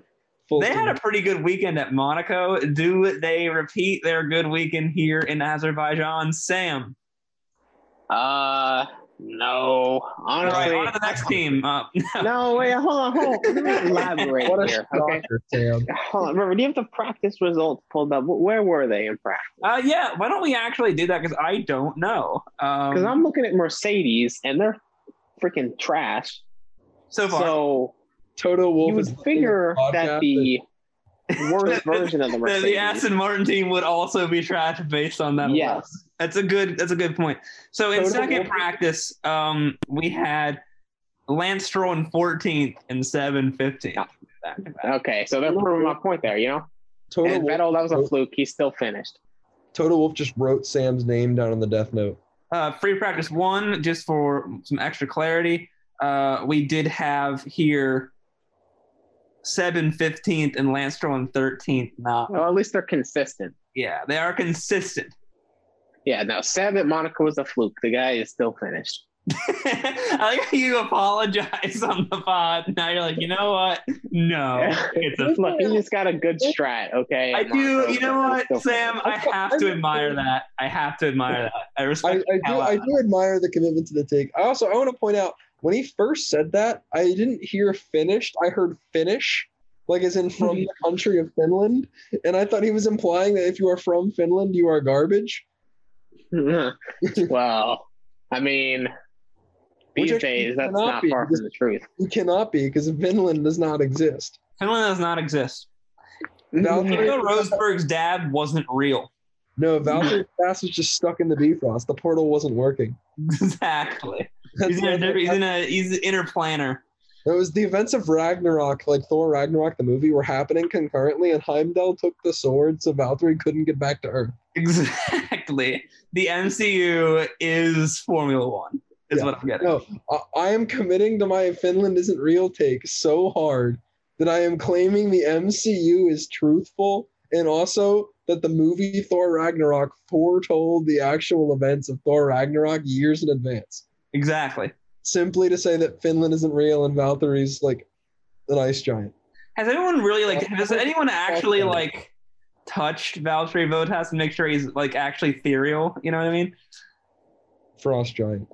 Speaker 3: Full
Speaker 1: they had a pretty good weekend at Monaco. Do they repeat their good weekend here in Azerbaijan? Sam,
Speaker 2: uh, no.
Speaker 1: all right,
Speaker 2: Honestly,
Speaker 1: on to the next team. Uh,
Speaker 2: no. Wait, hold on, hold on. Let me elaborate
Speaker 3: what a
Speaker 2: here. Okay.
Speaker 3: shocker, Sam.
Speaker 2: Hold on. Remember, do you have the practice results pulled up? Where were they in practice?
Speaker 1: uh, yeah, why don't we actually do that? Because I don't know.
Speaker 2: Because
Speaker 1: Um,
Speaker 2: I'm looking at Mercedes and they're freaking trash.
Speaker 1: so far,
Speaker 2: So
Speaker 3: Toto Wolf
Speaker 2: you
Speaker 3: is
Speaker 2: would
Speaker 3: listening to
Speaker 2: figure
Speaker 3: podcast
Speaker 2: that
Speaker 3: and-
Speaker 2: the worst version of the
Speaker 1: the,
Speaker 2: Mercedes.
Speaker 1: the Aston Martin team would also be trash based on that. alone.
Speaker 2: yes.
Speaker 1: That's a good. That's a good point. So in
Speaker 3: Total
Speaker 1: second
Speaker 3: over-
Speaker 1: practice, um, we had Lance Stroll in 14th and 7 15th.
Speaker 2: Okay, so they're proving my point there, you know?
Speaker 3: Toto
Speaker 2: and
Speaker 3: Wolff-
Speaker 2: Vettel, that was a fluke. He still finished.
Speaker 3: Toto Wolf just wrote Sam's name down on the death note.
Speaker 1: Uh, free practice one, just for some extra clarity, uh, we did have here 7 15th and Lance Stroll in 13th. Not
Speaker 2: Well, at least they're consistent.
Speaker 1: yeah, they are consistent.
Speaker 2: Yeah, no, Seb at Monaco was a fluke. The guy is still finished.
Speaker 1: I like how you apologize on the pod. Now you're like, you know what? No, Oh, it's a
Speaker 2: Look, he just got a good strat, okay?
Speaker 1: I
Speaker 2: at
Speaker 1: do.
Speaker 2: Monaco,
Speaker 1: You know
Speaker 2: but
Speaker 1: what,
Speaker 2: he's still
Speaker 1: Sam? I have to admire that. I have to admire that. I
Speaker 3: I, I
Speaker 1: respect.
Speaker 3: do
Speaker 1: how-
Speaker 3: I do admire the commitment to the take. I also I want to point out when he first said that, I didn't hear finished. I heard Finnish, like as in from the country of Finland. And I thought he was implying that if you are from Finland, you are garbage.
Speaker 2: finished. well, I mean,
Speaker 3: Which
Speaker 2: these
Speaker 3: actually
Speaker 2: days, that's
Speaker 3: cannot
Speaker 2: not
Speaker 3: be,
Speaker 2: far
Speaker 3: because-
Speaker 2: from the truth.
Speaker 3: You cannot be because Finland does not exist.
Speaker 1: Finland does not exist.
Speaker 3: Valtteri-
Speaker 1: Nico Rosberg's dad wasn't real.
Speaker 3: No, Valtteri Bass was just stuck in the defrost. The portal wasn't working.
Speaker 1: Exactly.
Speaker 3: That's
Speaker 1: He's in a.
Speaker 3: why-
Speaker 1: different- He's in a. He's an inner planner.
Speaker 3: It was the events of Ragnarok, like Thor Ragnarok, the movie, were happening concurrently, and Heimdall took the sword, so Valtteri couldn't get back to Earth.
Speaker 1: Exactly. The MCU is Formula One. Is
Speaker 3: Yeah.
Speaker 1: what I'm getting.
Speaker 3: No, I, I am committing to my Finland isn't real take so hard that I am claiming the MCU is truthful, and also that the movie Thor Ragnarok foretold the actual events of Thor Ragnarok years in advance,
Speaker 1: Exactly.
Speaker 3: simply to say that Finland isn't real and Valtteri's like an ice giant.
Speaker 1: Has anyone really like?
Speaker 3: Yeah.
Speaker 1: Has anyone actually
Speaker 3: Exactly.
Speaker 1: like touched Valtteri Bottas to make sure he's like actually ethereal? You know what I mean?
Speaker 3: Frost giant.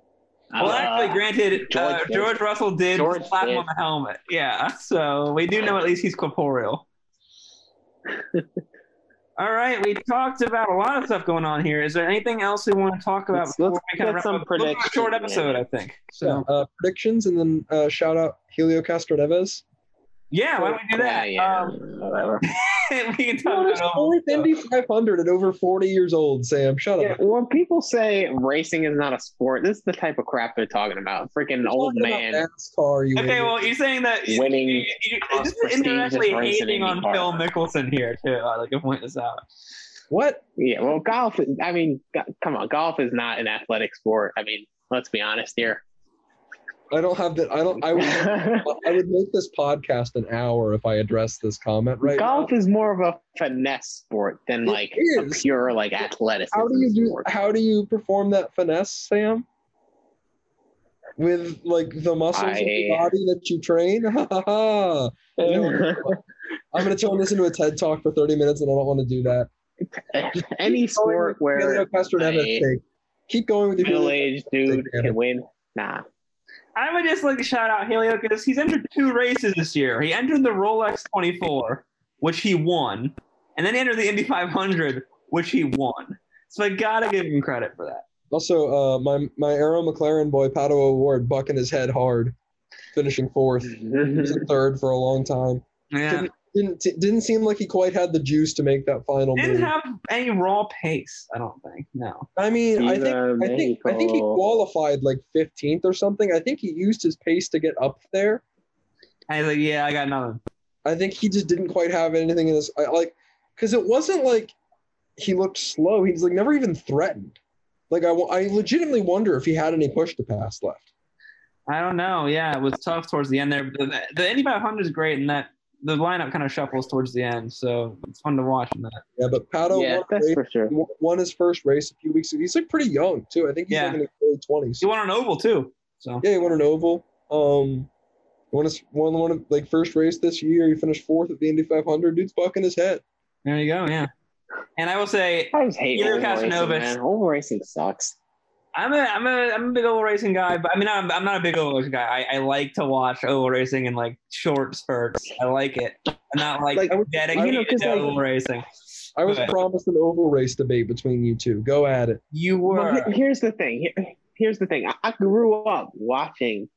Speaker 1: Well, actually, granted,
Speaker 2: Uh, George
Speaker 1: uh,
Speaker 2: did.
Speaker 1: George Russell did
Speaker 2: George
Speaker 1: slap him
Speaker 2: did.
Speaker 1: on the helmet. Yeah, so we do know at least he's corporeal. All right, we talked about a lot of stuff going on here. Is there anything else we want to talk about?
Speaker 2: Let's-
Speaker 1: before
Speaker 2: let's
Speaker 1: we kinda
Speaker 2: get
Speaker 1: wrap
Speaker 2: some
Speaker 1: up? We'll do a short
Speaker 2: predictions,
Speaker 1: episode,
Speaker 2: man.
Speaker 1: I think.
Speaker 3: So
Speaker 1: So
Speaker 3: uh, predictions, and then uh, shout out Helio Castroneves.
Speaker 1: yeah, why don't we do
Speaker 2: Yeah,
Speaker 1: that?
Speaker 2: yeah,
Speaker 1: Um,
Speaker 2: whatever.
Speaker 1: we can talk
Speaker 3: Fourth
Speaker 1: about all this stuff.
Speaker 3: Indy 500 at over 40 years old. Sam, shut
Speaker 2: Yeah,
Speaker 3: up.
Speaker 2: when people say racing is not a sport, this is the type of crap they're talking about. Freaking old
Speaker 3: Talking about
Speaker 2: man
Speaker 3: NASCAR, you
Speaker 1: Okay,
Speaker 3: idiot.
Speaker 1: well, you're saying that you-
Speaker 2: Winning
Speaker 1: you- you- you're just
Speaker 2: prestigious
Speaker 1: indirectly
Speaker 2: race in
Speaker 1: hating on
Speaker 2: IndyCar.
Speaker 1: Phil Mickelson here too. I like to point this out.
Speaker 3: what?
Speaker 2: Yeah, well, golf. is- I mean, go- come on, golf is not an athletic sport. I mean, let's be honest here.
Speaker 3: I don't have that. I don't. I would. I would make this podcast an hour if I addressed this comment right.
Speaker 2: golf is more of a finesse sport than
Speaker 3: It
Speaker 2: like a
Speaker 3: is.
Speaker 2: pure like athleticism.
Speaker 3: How do you do?
Speaker 2: sport.
Speaker 3: How do you perform that finesse, Sam? With like the muscles of the
Speaker 2: I-
Speaker 3: body that you train. Ha ha ha! I'm gonna turn this into a TED talk for 30 minutes, and I don't want to do that.
Speaker 2: Any
Speaker 3: Keep going
Speaker 2: sport
Speaker 3: with Helio
Speaker 2: where
Speaker 3: Castroneves
Speaker 2: a
Speaker 3: take. Keep going with your
Speaker 2: middle-aged dude
Speaker 3: Yeah.
Speaker 2: can win, nah.
Speaker 1: I would just like to shout out Helio because he's entered two races this year. He entered the Rolex 24, which he won, and then he entered the Indy 500, which he won. So I gotta give him credit for that.
Speaker 3: Also, uh, my my Aero McLaren boy Pato Award bucking his head hard, finishing fourth. He was in third for a long time.
Speaker 1: Yeah,
Speaker 3: Couldn't, didn't didn't seem like he quite had the juice to make that final
Speaker 1: Didn't
Speaker 3: move.
Speaker 1: have any raw pace, I don't think. No.
Speaker 3: I mean, I
Speaker 2: He's
Speaker 3: think
Speaker 2: a
Speaker 3: I think I think he
Speaker 2: miracle.
Speaker 3: qualified like 15th or something. I think he used his pace to get up there.
Speaker 1: I was like, yeah, I got nothing.
Speaker 3: I think he just didn't quite have anything in his I- like because it wasn't like he looked slow. He was like never even threatened. Like I, wa- I legitimately wonder if he had any push to pass left.
Speaker 1: I don't know. Yeah, it was tough towards the end there. The, the Indy 500 is great in that the lineup kind of shuffles towards the end, so it's fun to watch in that.
Speaker 3: Yeah, but Pato
Speaker 2: yeah,
Speaker 3: won, a
Speaker 2: that's
Speaker 3: race-
Speaker 2: for sure.
Speaker 3: he won- won his first race a few weeks ago. He's like pretty young too. I think he's
Speaker 1: Yeah.
Speaker 3: like in his early 20s.
Speaker 1: He won an oval too, so
Speaker 3: Yeah, he won an oval. Um, won his won one of like first race this year. He finished fourth at the Indy 500. Dude's bucking his head.
Speaker 1: there you go. Yeah, and I will say
Speaker 2: I just hate
Speaker 1: You're
Speaker 2: oval racing,
Speaker 1: Casanovas.
Speaker 2: man. Oval racing sucks.
Speaker 1: I'm a I'm a I'm a big oval racing guy, but I mean I'm I'm not a big oval racing guy. I, I like to watch oval racing in like short spurts. I like it. I'm not like,
Speaker 3: Like, I would-
Speaker 1: dedicated
Speaker 2: I would- 'cause,
Speaker 1: to
Speaker 2: like,
Speaker 1: oval racing.
Speaker 3: I was
Speaker 1: But
Speaker 3: promised an oval race debate between you two. Go at it.
Speaker 1: you
Speaker 2: Well,
Speaker 1: were
Speaker 2: he- here's the thing. Here- Here's the thing. I, I grew up watching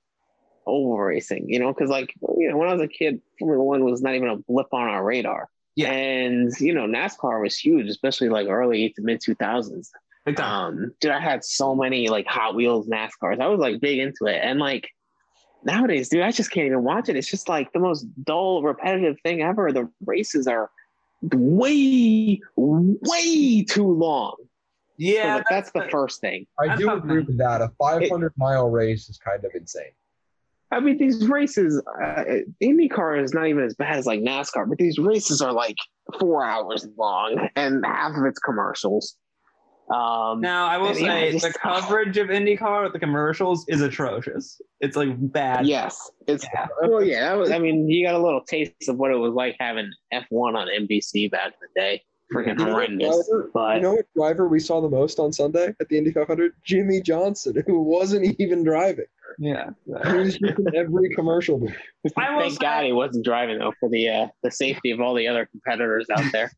Speaker 2: oval racing, you know, because like you know, when I was a kid, Formula One was not even a blip on our radar.
Speaker 1: Yeah.
Speaker 2: And you know, NASCAR was huge, especially like early to mid two thousands.
Speaker 1: big time.
Speaker 2: Um, dude, I had so many like Hot Wheels NASCARs. I was like big into it, and like nowadays, dude, I just can't even watch it. It's just like the most dull, repetitive thing ever. The races are way, way too long. So,
Speaker 1: Yeah,
Speaker 2: like, that's the first thing.
Speaker 1: I
Speaker 3: I do
Speaker 1: thought
Speaker 3: agree
Speaker 1: that-
Speaker 3: with that. A 500 mile race is kind of insane.
Speaker 2: I mean, these races, uh, IndyCar is not even as bad as like NASCAR, but these races are like four hours long and half of it's commercials. Um,
Speaker 1: Now I will
Speaker 2: Yeah,
Speaker 1: say
Speaker 2: I just-
Speaker 1: the coverage of IndyCar with the commercials is atrocious. It's like bad.
Speaker 2: yes, it's
Speaker 1: Yeah.
Speaker 2: well, yeah. That was, I mean, you got a little taste of what it was like having F1 on NBC back in the day. Freaking
Speaker 3: You know what
Speaker 2: horrendous.
Speaker 3: driver-
Speaker 2: But
Speaker 3: you know what driver we saw the most on Sunday at the Indy 500? Jimmy Johnson, who wasn't even driving.
Speaker 1: Yeah.
Speaker 3: He was just in every commercial. break.
Speaker 1: I will
Speaker 2: thank
Speaker 1: say-
Speaker 2: God he wasn't driving though for the uh, the safety of all the other competitors out there.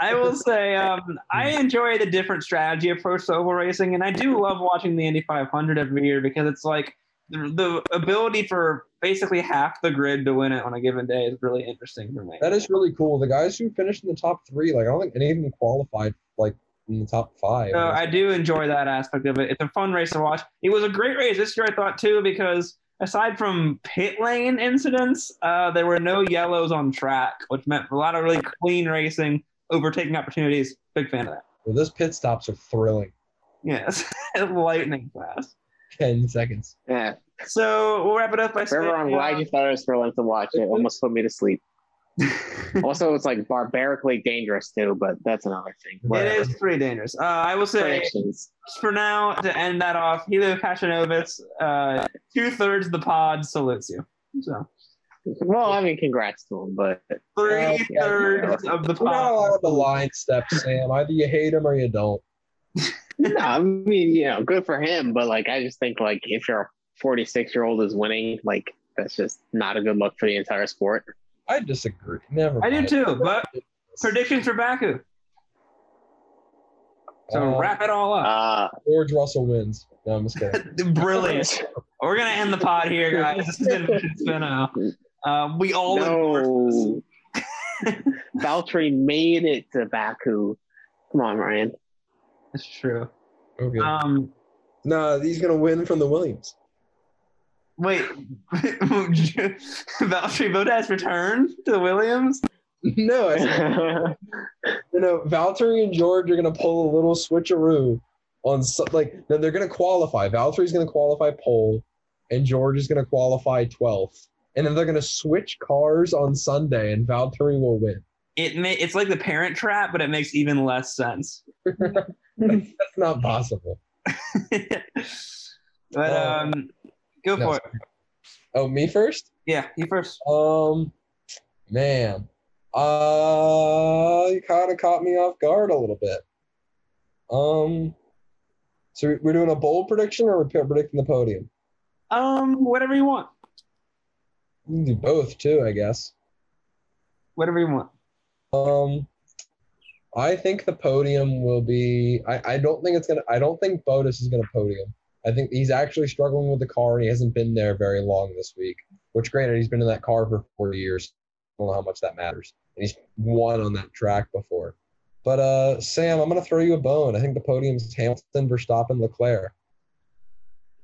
Speaker 1: I will say um, I enjoy the different strategy approach to oval racing, and I do love watching the Indy 500 every year because it's like the, the ability for basically half the grid to win it on a given day is really interesting for me.
Speaker 3: That is really cool. The guys who finished in the top three, like I don't think any of them qualified like in the top five.
Speaker 1: So I do enjoy that aspect of it. It's a fun race to watch. It was a great race this year, I thought too, because aside from pit lane incidents, uh, there were no yellows on track, which meant a lot of really clean racing, overtaking opportunities. Big fan of that.
Speaker 3: Well, those pit stops are thrilling.
Speaker 1: Yes, lightning fast.
Speaker 3: Ten seconds.
Speaker 2: Yeah,
Speaker 1: So we'll wrap it up by saying. uh,
Speaker 2: Trevor, I'm glad you thought it was thrilling to watch. It almost put me to sleep. also, it's like barbarically dangerous too, but that's another thing.
Speaker 1: it is pretty dangerous. Uh, I will say
Speaker 2: Predictions.
Speaker 1: for now to end that off, Helio Casanovas, uh, two thirds of the pod salutes you. So
Speaker 2: Well, I mean, congrats to him, but
Speaker 3: yeah,
Speaker 1: three thirds of the
Speaker 3: You're not
Speaker 1: pod.
Speaker 3: allowed to line step, Sam. Either you hate him or you don't.
Speaker 2: no, I mean, you know, good for him. But like, I just think like if you're a 46 year old is winning, like that's just not a good look for the entire sport.
Speaker 3: I disagree. Never.
Speaker 1: I do
Speaker 3: mind.
Speaker 1: too, but predictions for Baku. So
Speaker 3: Uh,
Speaker 1: wrap it all up.
Speaker 2: Uh,
Speaker 3: George Russell wins. No, I'm just kidding.
Speaker 1: Brilliant. We're gonna end the pod here, guys. This has been Mission Spino. Uh, we all
Speaker 2: no, Valtteri made it to Baku. Come on, Ryan.
Speaker 1: That's true.
Speaker 3: Okay.
Speaker 1: Um,
Speaker 3: no, he's gonna win from the Williams.
Speaker 1: wait, Valtteri Bottas returned to Williams.
Speaker 3: No, I said, you know, Valtteri and George are gonna pull a little switcheroo on so, like no, they're gonna qualify. Valtteri's gonna qualify pole, and George is gonna qualify 12th. And then they're gonna switch cars on Sunday, and Valtteri will win.
Speaker 1: It may, it's like the Parent Trap, but it makes even less sense.
Speaker 3: That's not possible.
Speaker 1: but um, go
Speaker 3: No,
Speaker 1: for it.
Speaker 3: Oh, me first.
Speaker 1: Yeah, you first.
Speaker 3: Um, man, uh, you kind of caught me off guard a little bit. Um, so we're doing a bold prediction or we're predicting the podium?
Speaker 1: Um, whatever you want.
Speaker 3: We can do both too, I guess.
Speaker 1: Whatever you want.
Speaker 3: Um, I think the podium will be. I, I don't think it's gonna. I don't think Botus is gonna podium. I think he's actually struggling with the car and he hasn't been there very long this week. Which, granted, he's been in that car for four years, don't know how much that matters. And he's won on that track before. But uh, Sam, I'm going to throw you a bone. I think the podium's Hamilton, Verstappen, Leclerc.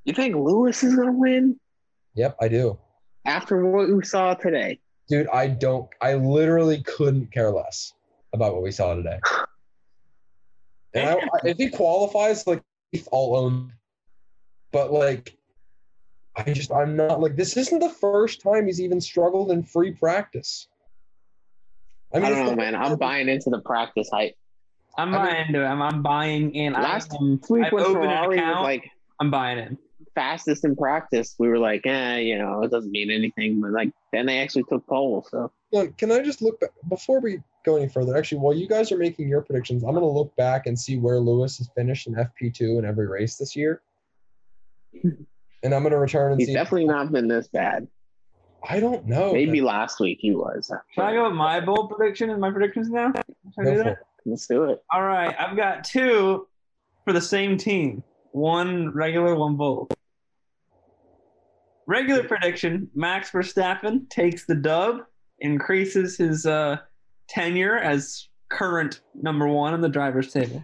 Speaker 2: You think Lewis is gonna win
Speaker 3: Yep, I do.
Speaker 2: after what we saw today?
Speaker 3: Dude, I don't, I literally couldn't care less about what we saw today. And I, I- if he qualifies, like, I'll own. But, like, I just, I'm not, like, this isn't the first time he's even struggled in free practice.
Speaker 2: I, don't
Speaker 3: it's
Speaker 2: know,
Speaker 3: the-
Speaker 2: man. I'm buying into the practice hype.
Speaker 1: I'm
Speaker 3: I mean-
Speaker 1: buying into it. I'm, I'm buying in.
Speaker 2: Last
Speaker 1: I am,
Speaker 2: Week
Speaker 1: I've
Speaker 2: when
Speaker 1: opened an
Speaker 2: Ferrari was
Speaker 1: account.
Speaker 2: like
Speaker 1: I'm buying in.
Speaker 2: fastest in practice, we were like, eh, you know, it doesn't mean anything. But like, then they actually took pole. So
Speaker 3: Look, can I just look back before we go any further? Actually, while you guys are making your predictions, I'm gonna look back and see where Lewis has finished in FP2 in every race this year,
Speaker 2: Hmm.
Speaker 3: and I'm gonna return and
Speaker 2: he's
Speaker 3: see.
Speaker 2: definitely not been this bad.
Speaker 3: I don't know.
Speaker 2: Maybe last week he was.
Speaker 1: Can I go with my bold prediction and my predictions now? Can I
Speaker 3: Go
Speaker 1: do
Speaker 3: for
Speaker 1: that?
Speaker 3: it.
Speaker 2: Let's do it.
Speaker 1: All right, I've got two for the same team. One regular, one bold. Regular prediction: Max Verstappen takes the dub, increases his uh, tenure as current number one on the drivers' table.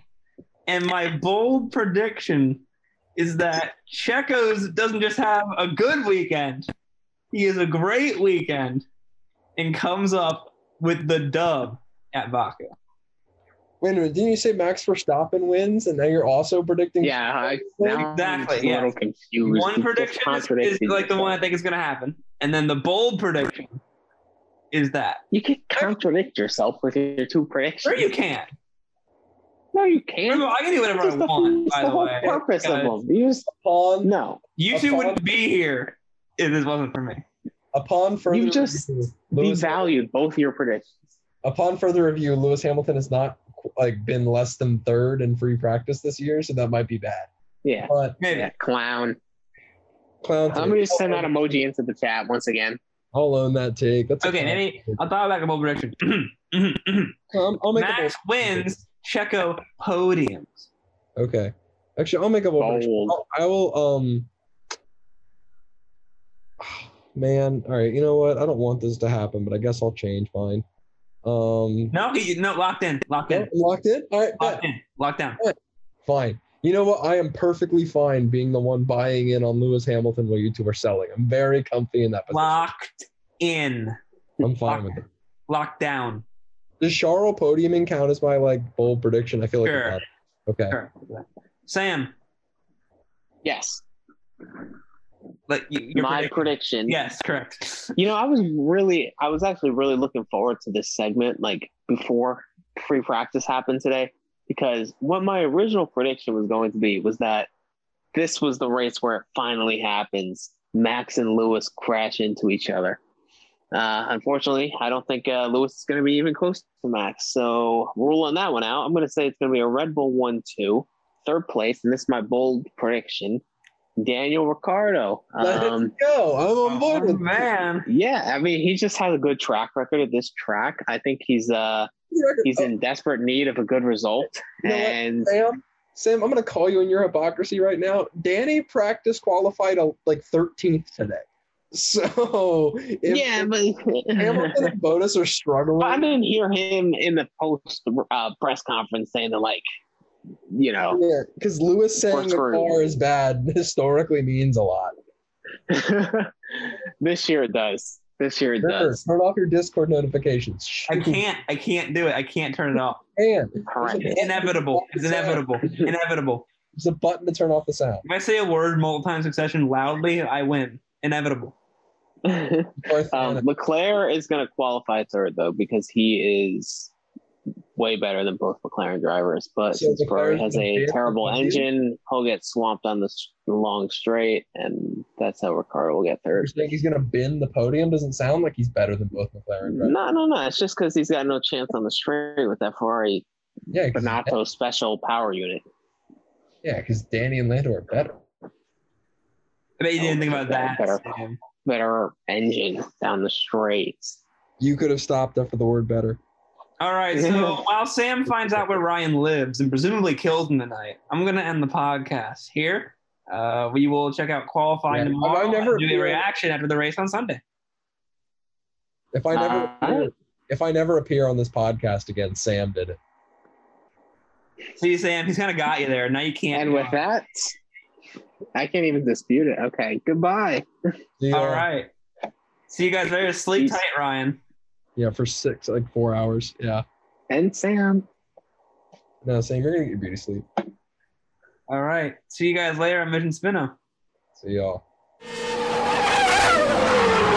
Speaker 1: And my bold prediction is that Checo's doesn't just have a good weekend; he has a great weekend, and comes up with the dub at Baku.
Speaker 3: Wait a minute. Didn't you say Max Verstappen wins, and now you're also predicting?
Speaker 2: Yeah, I, now
Speaker 1: Exactly,
Speaker 2: I'm just a
Speaker 1: yeah.
Speaker 2: little confused.
Speaker 1: one
Speaker 2: You just
Speaker 1: prediction is- is,
Speaker 2: contradicted
Speaker 1: like the one I
Speaker 2: yourself.
Speaker 1: think is going to happen, and then the bold prediction is that.
Speaker 2: You can contradict yourself with your two predictions.
Speaker 1: Sure, you can.
Speaker 2: No, you
Speaker 1: Remember,
Speaker 2: can't.
Speaker 1: I can do whatever I
Speaker 2: That's the-
Speaker 1: want.
Speaker 2: that's
Speaker 1: By
Speaker 2: the
Speaker 1: the
Speaker 2: whole
Speaker 1: way,
Speaker 2: purpose
Speaker 1: Guys,
Speaker 2: of them. You just
Speaker 3: Upon
Speaker 2: no.
Speaker 1: you two wouldn't be here if this wasn't for me.
Speaker 3: upon further
Speaker 2: You just
Speaker 3: review, Lewis,
Speaker 2: devalued both your predictions.
Speaker 3: upon further review, Lewis Hamilton has not like been less than third in free practice this year, so that might be bad.
Speaker 2: Yeah.
Speaker 3: But
Speaker 1: Maybe.
Speaker 2: Yeah, clown.
Speaker 3: clown.
Speaker 2: Let
Speaker 3: take.
Speaker 2: me just send that emoji into the chat once again.
Speaker 3: I'll own that take. That's a
Speaker 1: Okay,
Speaker 3: clown
Speaker 1: maybe
Speaker 3: take.
Speaker 1: I'll throw back a bold prediction.
Speaker 3: Um, I'll make a bold
Speaker 1: Max wins. Checo podiums.
Speaker 3: Okay. Actually, I'll make up a bold. prediction.
Speaker 2: Bold.
Speaker 3: I'll- I will. Um. Man, all right. You know what? I don't want this to happen, but I guess I'll change mine. Um.
Speaker 1: No, you- no, locked in, locked
Speaker 3: No,
Speaker 1: in,
Speaker 3: locked in. All right. bet.
Speaker 1: locked in, locked down.
Speaker 3: Fine. You know what? I am perfectly fine being the one buying in on Lewis Hamilton while you two are selling. I'm very comfy in that position.
Speaker 1: Locked in,
Speaker 3: I'm fine with it.
Speaker 1: locked down.
Speaker 3: Does Charles podiuming count as my like bold prediction? I feel like it
Speaker 1: Sure.
Speaker 3: does. okay.
Speaker 1: Sure. Sam,
Speaker 2: Yes.
Speaker 1: like y- your
Speaker 2: my
Speaker 1: prediction.
Speaker 2: prediction.
Speaker 1: Yes, correct.
Speaker 2: You know, I was really I was actually really looking forward to this segment like before free practice happened today because what my original prediction was going to be was that this was the race where it finally happens. Max and Lewis crash into each other. Uh, unfortunately, I don't think uh, Lewis is going to be even close to Max. So ruling that one out, I'm going to say it's going to be a Red Bull 1 2, third place. And this is my bold prediction Daniel Ricciardo.
Speaker 3: Let's
Speaker 2: Um,
Speaker 3: go. I'm on board
Speaker 1: Oh,
Speaker 3: with that.
Speaker 1: man.
Speaker 2: yeah, I mean, he just has a good track record at this track. I think he's uh he's in desperate need of a good result,
Speaker 3: Oh. You know what?
Speaker 2: and
Speaker 3: Sam, Sam, I'm gonna call you in your hypocrisy right now. Danny practice qualified a, like 13th today, so if
Speaker 2: yeah,
Speaker 3: if
Speaker 2: but
Speaker 3: Hamilton and Bonus are struggling.
Speaker 2: I didn't hear him in the post uh, press conference saying that like, you know,
Speaker 3: yeah, because Lewis saying the
Speaker 2: screwed.
Speaker 3: car is bad historically means a lot.
Speaker 2: this year it does. This year it
Speaker 3: Remember,
Speaker 2: does.
Speaker 3: turn off your Discord notifications. Shh,
Speaker 1: I can't. I can't do it. I can't turn it off.
Speaker 3: Man,
Speaker 2: Correct.
Speaker 1: It's inevitable. It's inevitable. Inevitable.
Speaker 3: there's a button to turn off the sound.
Speaker 1: If I say a word multiple times in succession loudly, I win. Inevitable.
Speaker 3: Or-
Speaker 2: um, Leclerc is going to qualify third though because he is way better than both McLaren drivers. But
Speaker 3: So
Speaker 2: since Ferrari has
Speaker 3: Leclerc's gonna be
Speaker 2: a
Speaker 3: able
Speaker 2: terrible
Speaker 3: to beat
Speaker 2: engine, he'll get swamped on the s- long straight, and that's how Ricardo will get
Speaker 3: you
Speaker 2: third.
Speaker 3: think he's gonna bin the podium? Doesn't sound like he's better than both McLaren drivers.
Speaker 2: No, no, no. It's just because he's got no chance on the straight with that Ferrari
Speaker 3: Yeah, 'cause-
Speaker 2: Bonato special power unit.
Speaker 3: yeah, because Danny and Lando are better.
Speaker 1: I bet you didn't think about that.
Speaker 2: Better.
Speaker 1: Sam.
Speaker 2: Better engine down the straights.
Speaker 3: You could have stopped after the word better.
Speaker 1: All right. So while Sam finds out where Ryan lives and presumably kills him tonight, I'm gonna end the podcast here. Uh, we will check out qualifying
Speaker 3: Yeah.
Speaker 1: tomorrow.
Speaker 3: I've never
Speaker 1: and do the
Speaker 3: appeared-
Speaker 1: reaction after the race on Sunday.
Speaker 3: If I never
Speaker 2: Uh, I-
Speaker 3: if I never appear on this podcast again, Sam did it.
Speaker 1: See, Sam, he's kind of got you there. Now you can't.
Speaker 2: and with that, I can't even dispute it. Okay, goodbye.
Speaker 3: Yeah,
Speaker 1: All right. See you guys later. Sleep
Speaker 2: Peace.
Speaker 1: tight, Ryan.
Speaker 3: yeah, for six like four hours. Yeah.
Speaker 2: And Sam.
Speaker 3: No, Sam, you're gonna get your beauty sleep.
Speaker 1: All right. See you guys later on Mission Spinner.
Speaker 3: See y'all.
Speaker 5: Thank you.